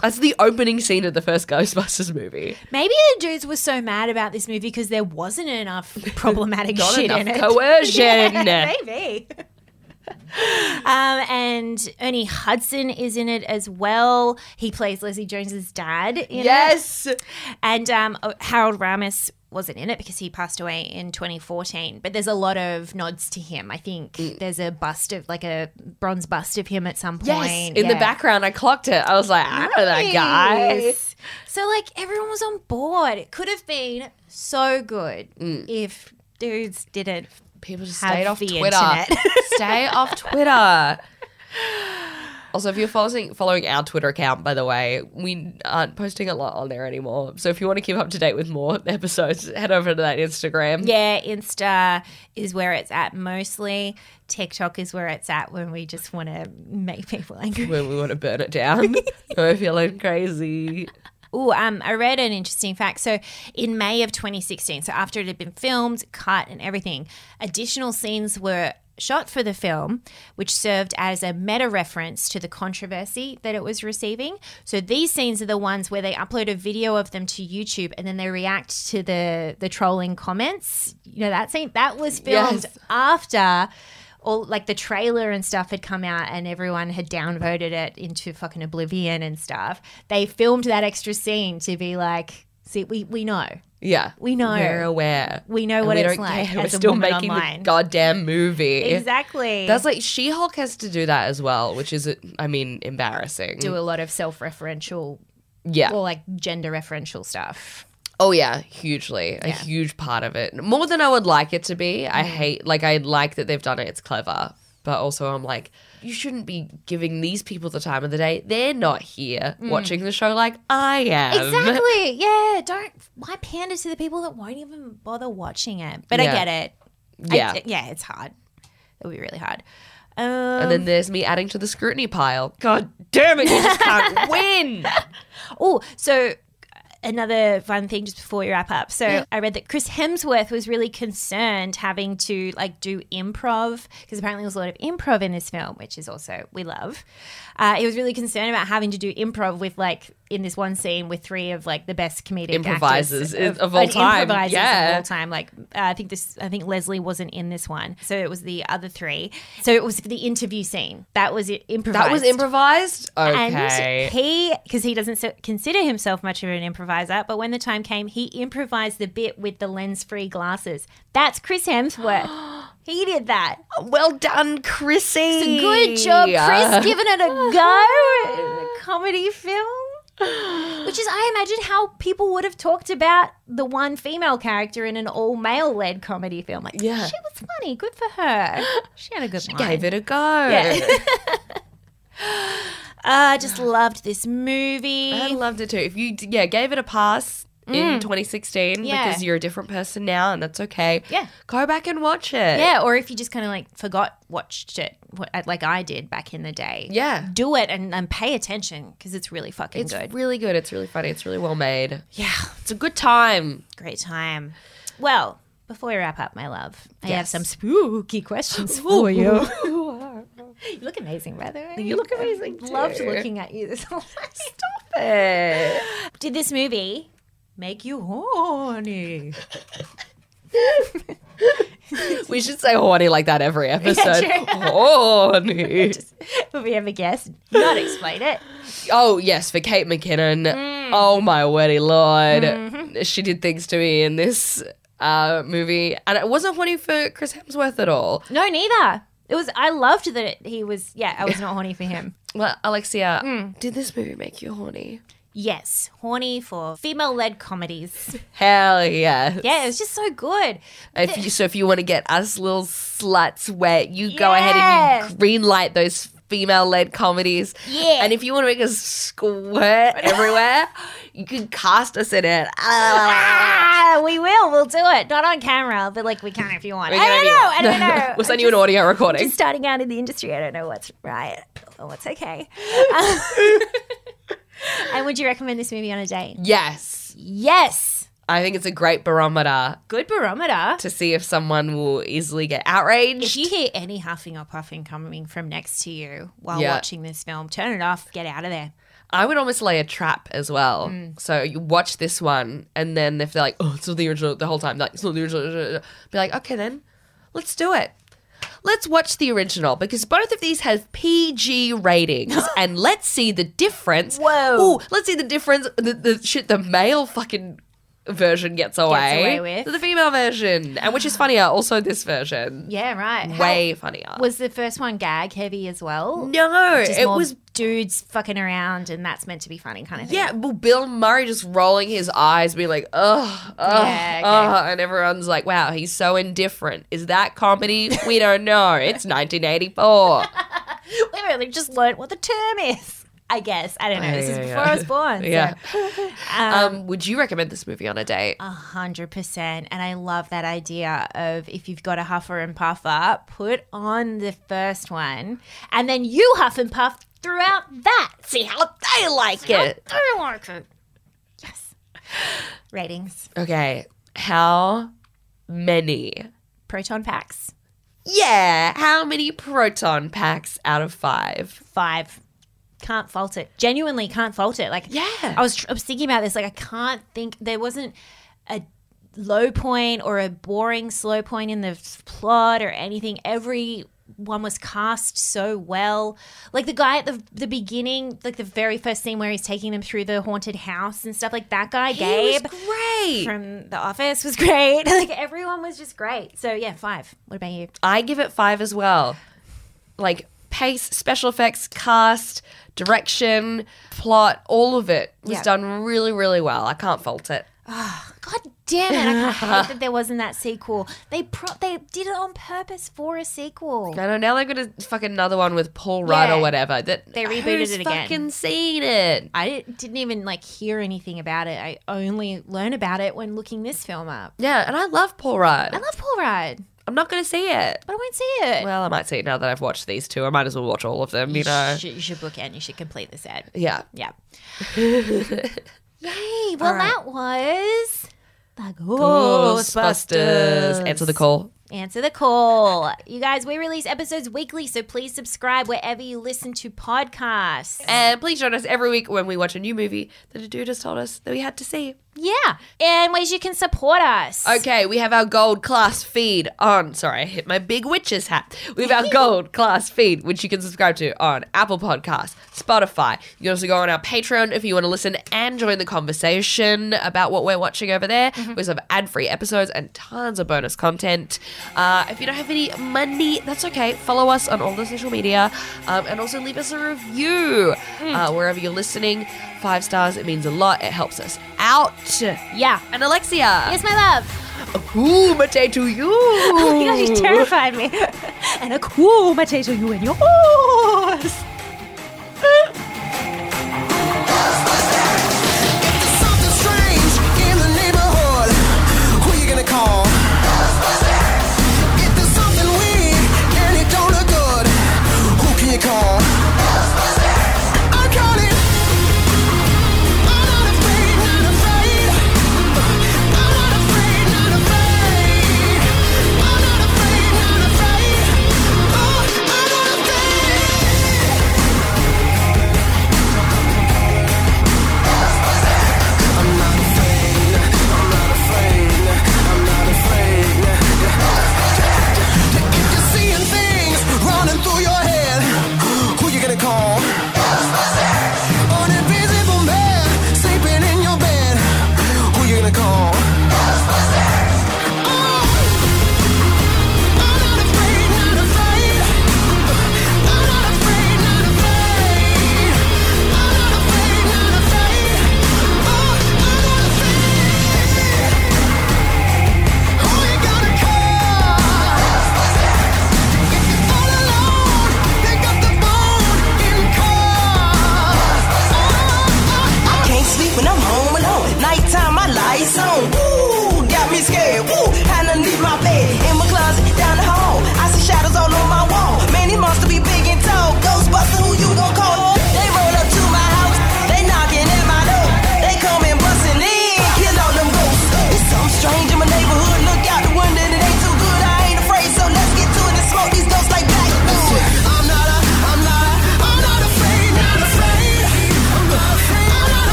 Speaker 2: that's the opening scene of the first ghostbusters movie
Speaker 1: Maybe the dudes were so mad about this movie because there wasn't
Speaker 2: <laughs>
Speaker 1: enough problematic
Speaker 2: not
Speaker 1: shit
Speaker 2: enough
Speaker 1: in it.
Speaker 2: coercion
Speaker 1: <laughs> Maybe. um, and Ernie Hudson is in it as well. He plays Leslie Jones's dad. In it.
Speaker 2: yes
Speaker 1: And um, oh, Harold Ramis wasn't in it because he passed away in 2014. But there's a lot of nods to him. I think there's a bust of like a bronze bust of him at some point.
Speaker 2: Mm. yes in the
Speaker 1: Yeah.
Speaker 2: background i clocked it i was like i know that guy
Speaker 1: Nice. So like everyone was on board. It could have been so good if dudes didn't.
Speaker 2: People just
Speaker 1: have
Speaker 2: stayed off
Speaker 1: the
Speaker 2: Twitter.
Speaker 1: internet.
Speaker 2: <laughs> Stay off Twitter. Also, if you're following following our Twitter account, by the way, we aren't posting a lot on there anymore. So if you want to keep up to date with more <laughs> episodes, head over to that Instagram.
Speaker 1: Yeah, Insta is where it's at mostly. TikTok is where it's at when we just want to make people angry.
Speaker 2: When we want to burn it down. We're feeling crazy.
Speaker 1: Oh, um, I read an interesting fact. So, in May of 2016, so after it had been filmed, cut, and everything, additional scenes were shot for the film, which served as a meta reference to the controversy that it was receiving. So, these scenes are the ones where they upload a video of them to YouTube and then they react to the the trolling comments. You know that scene that was filmed
Speaker 2: Yes.
Speaker 1: after. All, like the trailer and stuff had come out and everyone had downvoted it into fucking oblivion and stuff. They filmed that extra scene to be like, see, we, we know.
Speaker 2: Yeah.
Speaker 1: We know.
Speaker 2: We're aware.
Speaker 1: We know
Speaker 2: And
Speaker 1: what
Speaker 2: we
Speaker 1: it's
Speaker 2: don't
Speaker 1: like
Speaker 2: care. We're
Speaker 1: as a
Speaker 2: still
Speaker 1: woman
Speaker 2: making
Speaker 1: online.
Speaker 2: the goddamn movie.
Speaker 1: Exactly.
Speaker 2: That's like She Hulk has to do that as well, which is, I mean, embarrassing.
Speaker 1: do a lot of self referential
Speaker 2: yeah.
Speaker 1: or like gender referential stuff.
Speaker 2: Oh yeah, hugely. A huge part of it. More than I would like it to be.
Speaker 1: Mm.
Speaker 2: I hate like I like that they've done it. It's clever. But also I'm like you shouldn't be giving these people the time of the day. They're not here watching the show like I am.
Speaker 1: Mm. Exactly. Yeah. Don't why pander to the people that won't even bother watching it. But
Speaker 2: Yeah.
Speaker 1: I get it. I-
Speaker 2: Yeah.
Speaker 1: yeah, it's hard. It'll be really hard. Um,
Speaker 2: and then there's me adding to the scrutiny pile. God damn it, you just <laughs> can't win.
Speaker 1: Oh, so another fun thing just before we wrap up. So I read that Chris Hemsworth was really concerned having to like do improv because apparently there was a lot of improv in this film, which is also we love. Uh, he was really concerned about having to do improv with like in this one scene with three of like the best comedic
Speaker 2: Improvisers
Speaker 1: actors
Speaker 2: of- of all
Speaker 1: and
Speaker 2: time.
Speaker 1: Improvisers of
Speaker 2: Yeah.
Speaker 1: all time. Like uh, I think this, I think Leslie wasn't in this one, so it was the other three. So it was the interview scene that was it. Improvised.
Speaker 2: That was improvised? Okay.
Speaker 1: And he, because he doesn't so- consider himself much of an improviser, but when the time came, he improvised the bit with the lens free glasses. That's Chris Hemsworth. <gasps> he did that.
Speaker 2: well done, Chrissy.
Speaker 1: Good job, <laughs> Chris, giving it a <laughs> go in a comedy <sighs> film. Which is, I imagine, how people would have talked about the one female character in an all male led comedy film. Like,
Speaker 2: Yeah.
Speaker 1: she was funny. Good for her. She had a good she line.
Speaker 2: Gave it a go.
Speaker 1: I <sighs> just loved this movie.
Speaker 2: <laughs> I loved it too. If you d- yeah gave it a pass in 2016
Speaker 1: Mm. Yeah.
Speaker 2: because you're a different person now and that's okay.
Speaker 1: Yeah.
Speaker 2: go back and watch it.
Speaker 1: Yeah, or if you just kind of like forgot watched it, what, like I did back in the day.
Speaker 2: Yeah.
Speaker 1: do it and, and pay attention because it's really fucking
Speaker 2: it's
Speaker 1: good.
Speaker 2: really good. It's really funny. It's really well made.
Speaker 1: yeah,
Speaker 2: It's a good time.
Speaker 1: great time. Well, before we wrap up, my love, I have
Speaker 2: Yes.
Speaker 1: some spooky questions for you. <laughs> you look amazing, by the way. You look amazing. Loved looking at you this <laughs> whole time. Stop it. Did this movie make you <laughs> horny?
Speaker 2: We should say horny like that
Speaker 1: <laughs>
Speaker 2: every episode. horny.
Speaker 1: Will we ever guess? Not explain it.
Speaker 2: Oh yes, for Kate
Speaker 1: Mm. Mm-hmm.
Speaker 2: McKinnon. Oh my wordy lord, she did things to me in this. uh, movie, and it wasn't horny for Chris Hemsworth at all.
Speaker 1: No, neither. It was. I loved that it, he was. Yeah, I was not horny for him.
Speaker 2: Well, Alexia,
Speaker 1: Mm.
Speaker 2: did this movie make you horny?
Speaker 1: <laughs> Yes, horny for female-led comedies.
Speaker 2: Hell yes.
Speaker 1: Yeah, it was just so good.
Speaker 2: If you, so if you want to get us little sluts wet, you go ahead and you green light those female led comedies.
Speaker 1: Yeah.
Speaker 2: And if you want to make us squirt
Speaker 1: <laughs>
Speaker 2: everywhere, you can cast us in it. Ah.
Speaker 1: Ah, we will. We'll do it. Not on camera, but like we can if you want.
Speaker 2: We
Speaker 1: I
Speaker 2: can
Speaker 1: don't
Speaker 2: if you
Speaker 1: know. I
Speaker 2: want.
Speaker 1: don't <laughs> know.
Speaker 2: <laughs> We'll send you an audio recording.
Speaker 1: Just starting out in the industry, I don't know what's right or what's <laughs> okay. and would you recommend this movie on a date?
Speaker 2: yes.
Speaker 1: Yes.
Speaker 2: I think it's a great barometer
Speaker 1: Good barometer.
Speaker 2: to see if someone will easily get outraged.
Speaker 1: If you hear any huffing or puffing coming from next to you while
Speaker 2: Yeah.
Speaker 1: watching this film, turn it off. Get out of there.
Speaker 2: I would almost lay a trap as well. So you watch this one, and then if they're like, "Oh, it's not the original," the whole time, like it's not the original, be like, "Okay, then, let's do it. Let's watch the original because both of these have PG ratings, and let's see the difference.
Speaker 1: Whoa.
Speaker 2: Ooh, let's see the difference. The, the shit the male fucking version gets away,
Speaker 1: away with.
Speaker 2: the female version, and which is funnier. Also, this version,
Speaker 1: Yeah, right. How-
Speaker 2: way funnier.
Speaker 1: was the first one gag heavy as well?
Speaker 2: no,
Speaker 1: Just
Speaker 2: it
Speaker 1: more
Speaker 2: was
Speaker 1: dudes fucking around, and that's meant to be funny, kind of thing. <laughs>
Speaker 2: Yeah, well, Bill Murray just rolling his eyes, being like, ugh, ugh,
Speaker 1: Yeah, okay.
Speaker 2: ugh, and everyone's like, wow, he's so indifferent. Is that comedy? we don't
Speaker 1: <laughs>
Speaker 2: know. It's 1984.
Speaker 1: we really just learned what the term is. I guess I don't know. This is
Speaker 2: Yeah, yeah,
Speaker 1: before
Speaker 2: yeah.
Speaker 1: I was born.
Speaker 2: yeah.
Speaker 1: Yeah,
Speaker 2: Um, would you recommend this movie on a date?
Speaker 1: a hundred percent. And I love that idea of if you've got a huffer and puffer, put on the first one, and then you huff and puff throughout that. See how they like
Speaker 2: it.
Speaker 1: How they like it. Yes. Ratings.
Speaker 2: okay, how many?
Speaker 1: Proton packs.
Speaker 2: Yeah, how many proton packs out of five?
Speaker 1: Five. Can't fault it. Genuinely can't fault it. Like
Speaker 2: Yeah.
Speaker 1: I was, tr- I was thinking about this. Like, I can't think. There wasn't a low point or a boring slow point in the f- plot or anything. Every one was cast so well. Like the guy at the the beginning, like the very first scene where he's taking them through the haunted house and stuff. Like that guy,
Speaker 2: It was
Speaker 1: Gabe
Speaker 2: great.
Speaker 1: from The Office, was <laughs> great. like everyone was just great. So yeah, five. What about you?
Speaker 2: I give it five as well. Like pace, special effects, cast, direction, plot, all of it was done really, really well. I can't fault it.
Speaker 1: God damn it! I
Speaker 2: <laughs>
Speaker 1: hate that there wasn't that sequel. They pro- they did it on purpose for a sequel.
Speaker 2: I know now they're gonna fuck another one with Paul Rudd
Speaker 1: Yeah.
Speaker 2: or whatever. That
Speaker 1: They rebooted
Speaker 2: who's
Speaker 1: it again.
Speaker 2: Fucking seen it.
Speaker 1: I di- didn't even like hear anything about it. I only learn about it when looking this film up.
Speaker 2: Yeah, and I love Paul Rudd.
Speaker 1: I love Paul Rudd,
Speaker 2: I'm not gonna see it.
Speaker 1: but I won't see it.
Speaker 2: Well, I might see it now that I've watched these two. I might as well watch all of them. You know.
Speaker 1: you, should, you should book it and you should complete the set.
Speaker 2: Yeah.
Speaker 1: Yeah.
Speaker 2: <laughs>
Speaker 1: Yay! Well, that was the
Speaker 2: Ghostbusters.
Speaker 1: Ghostbusters.
Speaker 2: Answer the call.
Speaker 1: Answer the call. You guys, we release episodes weekly, so please subscribe wherever you listen to podcasts.
Speaker 2: And please join us every week when we watch a new movie that a dude has told us that we had to see.
Speaker 1: Yeah. And ways you can support us.
Speaker 2: Okay, we have our gold class feed on. Sorry, I hit my big witch's hat. We have our gold class feed, which you can subscribe to on Apple Podcasts, Spotify. You can also go on our Patreon if you want to listen and join the conversation about what we're watching over there. We also have ad free episodes and tons of bonus content. Uh, if you don't have any money, that's okay. Follow us on all the social media um, and also leave us a review uh, wherever you're listening. Five stars, it means a lot. It helps us out.
Speaker 1: Yeah.
Speaker 2: And Alexia.
Speaker 1: Yes, my love. <laughs>
Speaker 2: Ooh, mate to you.
Speaker 1: <laughs> Oh my God, you terrified me. and a cool potato you and your.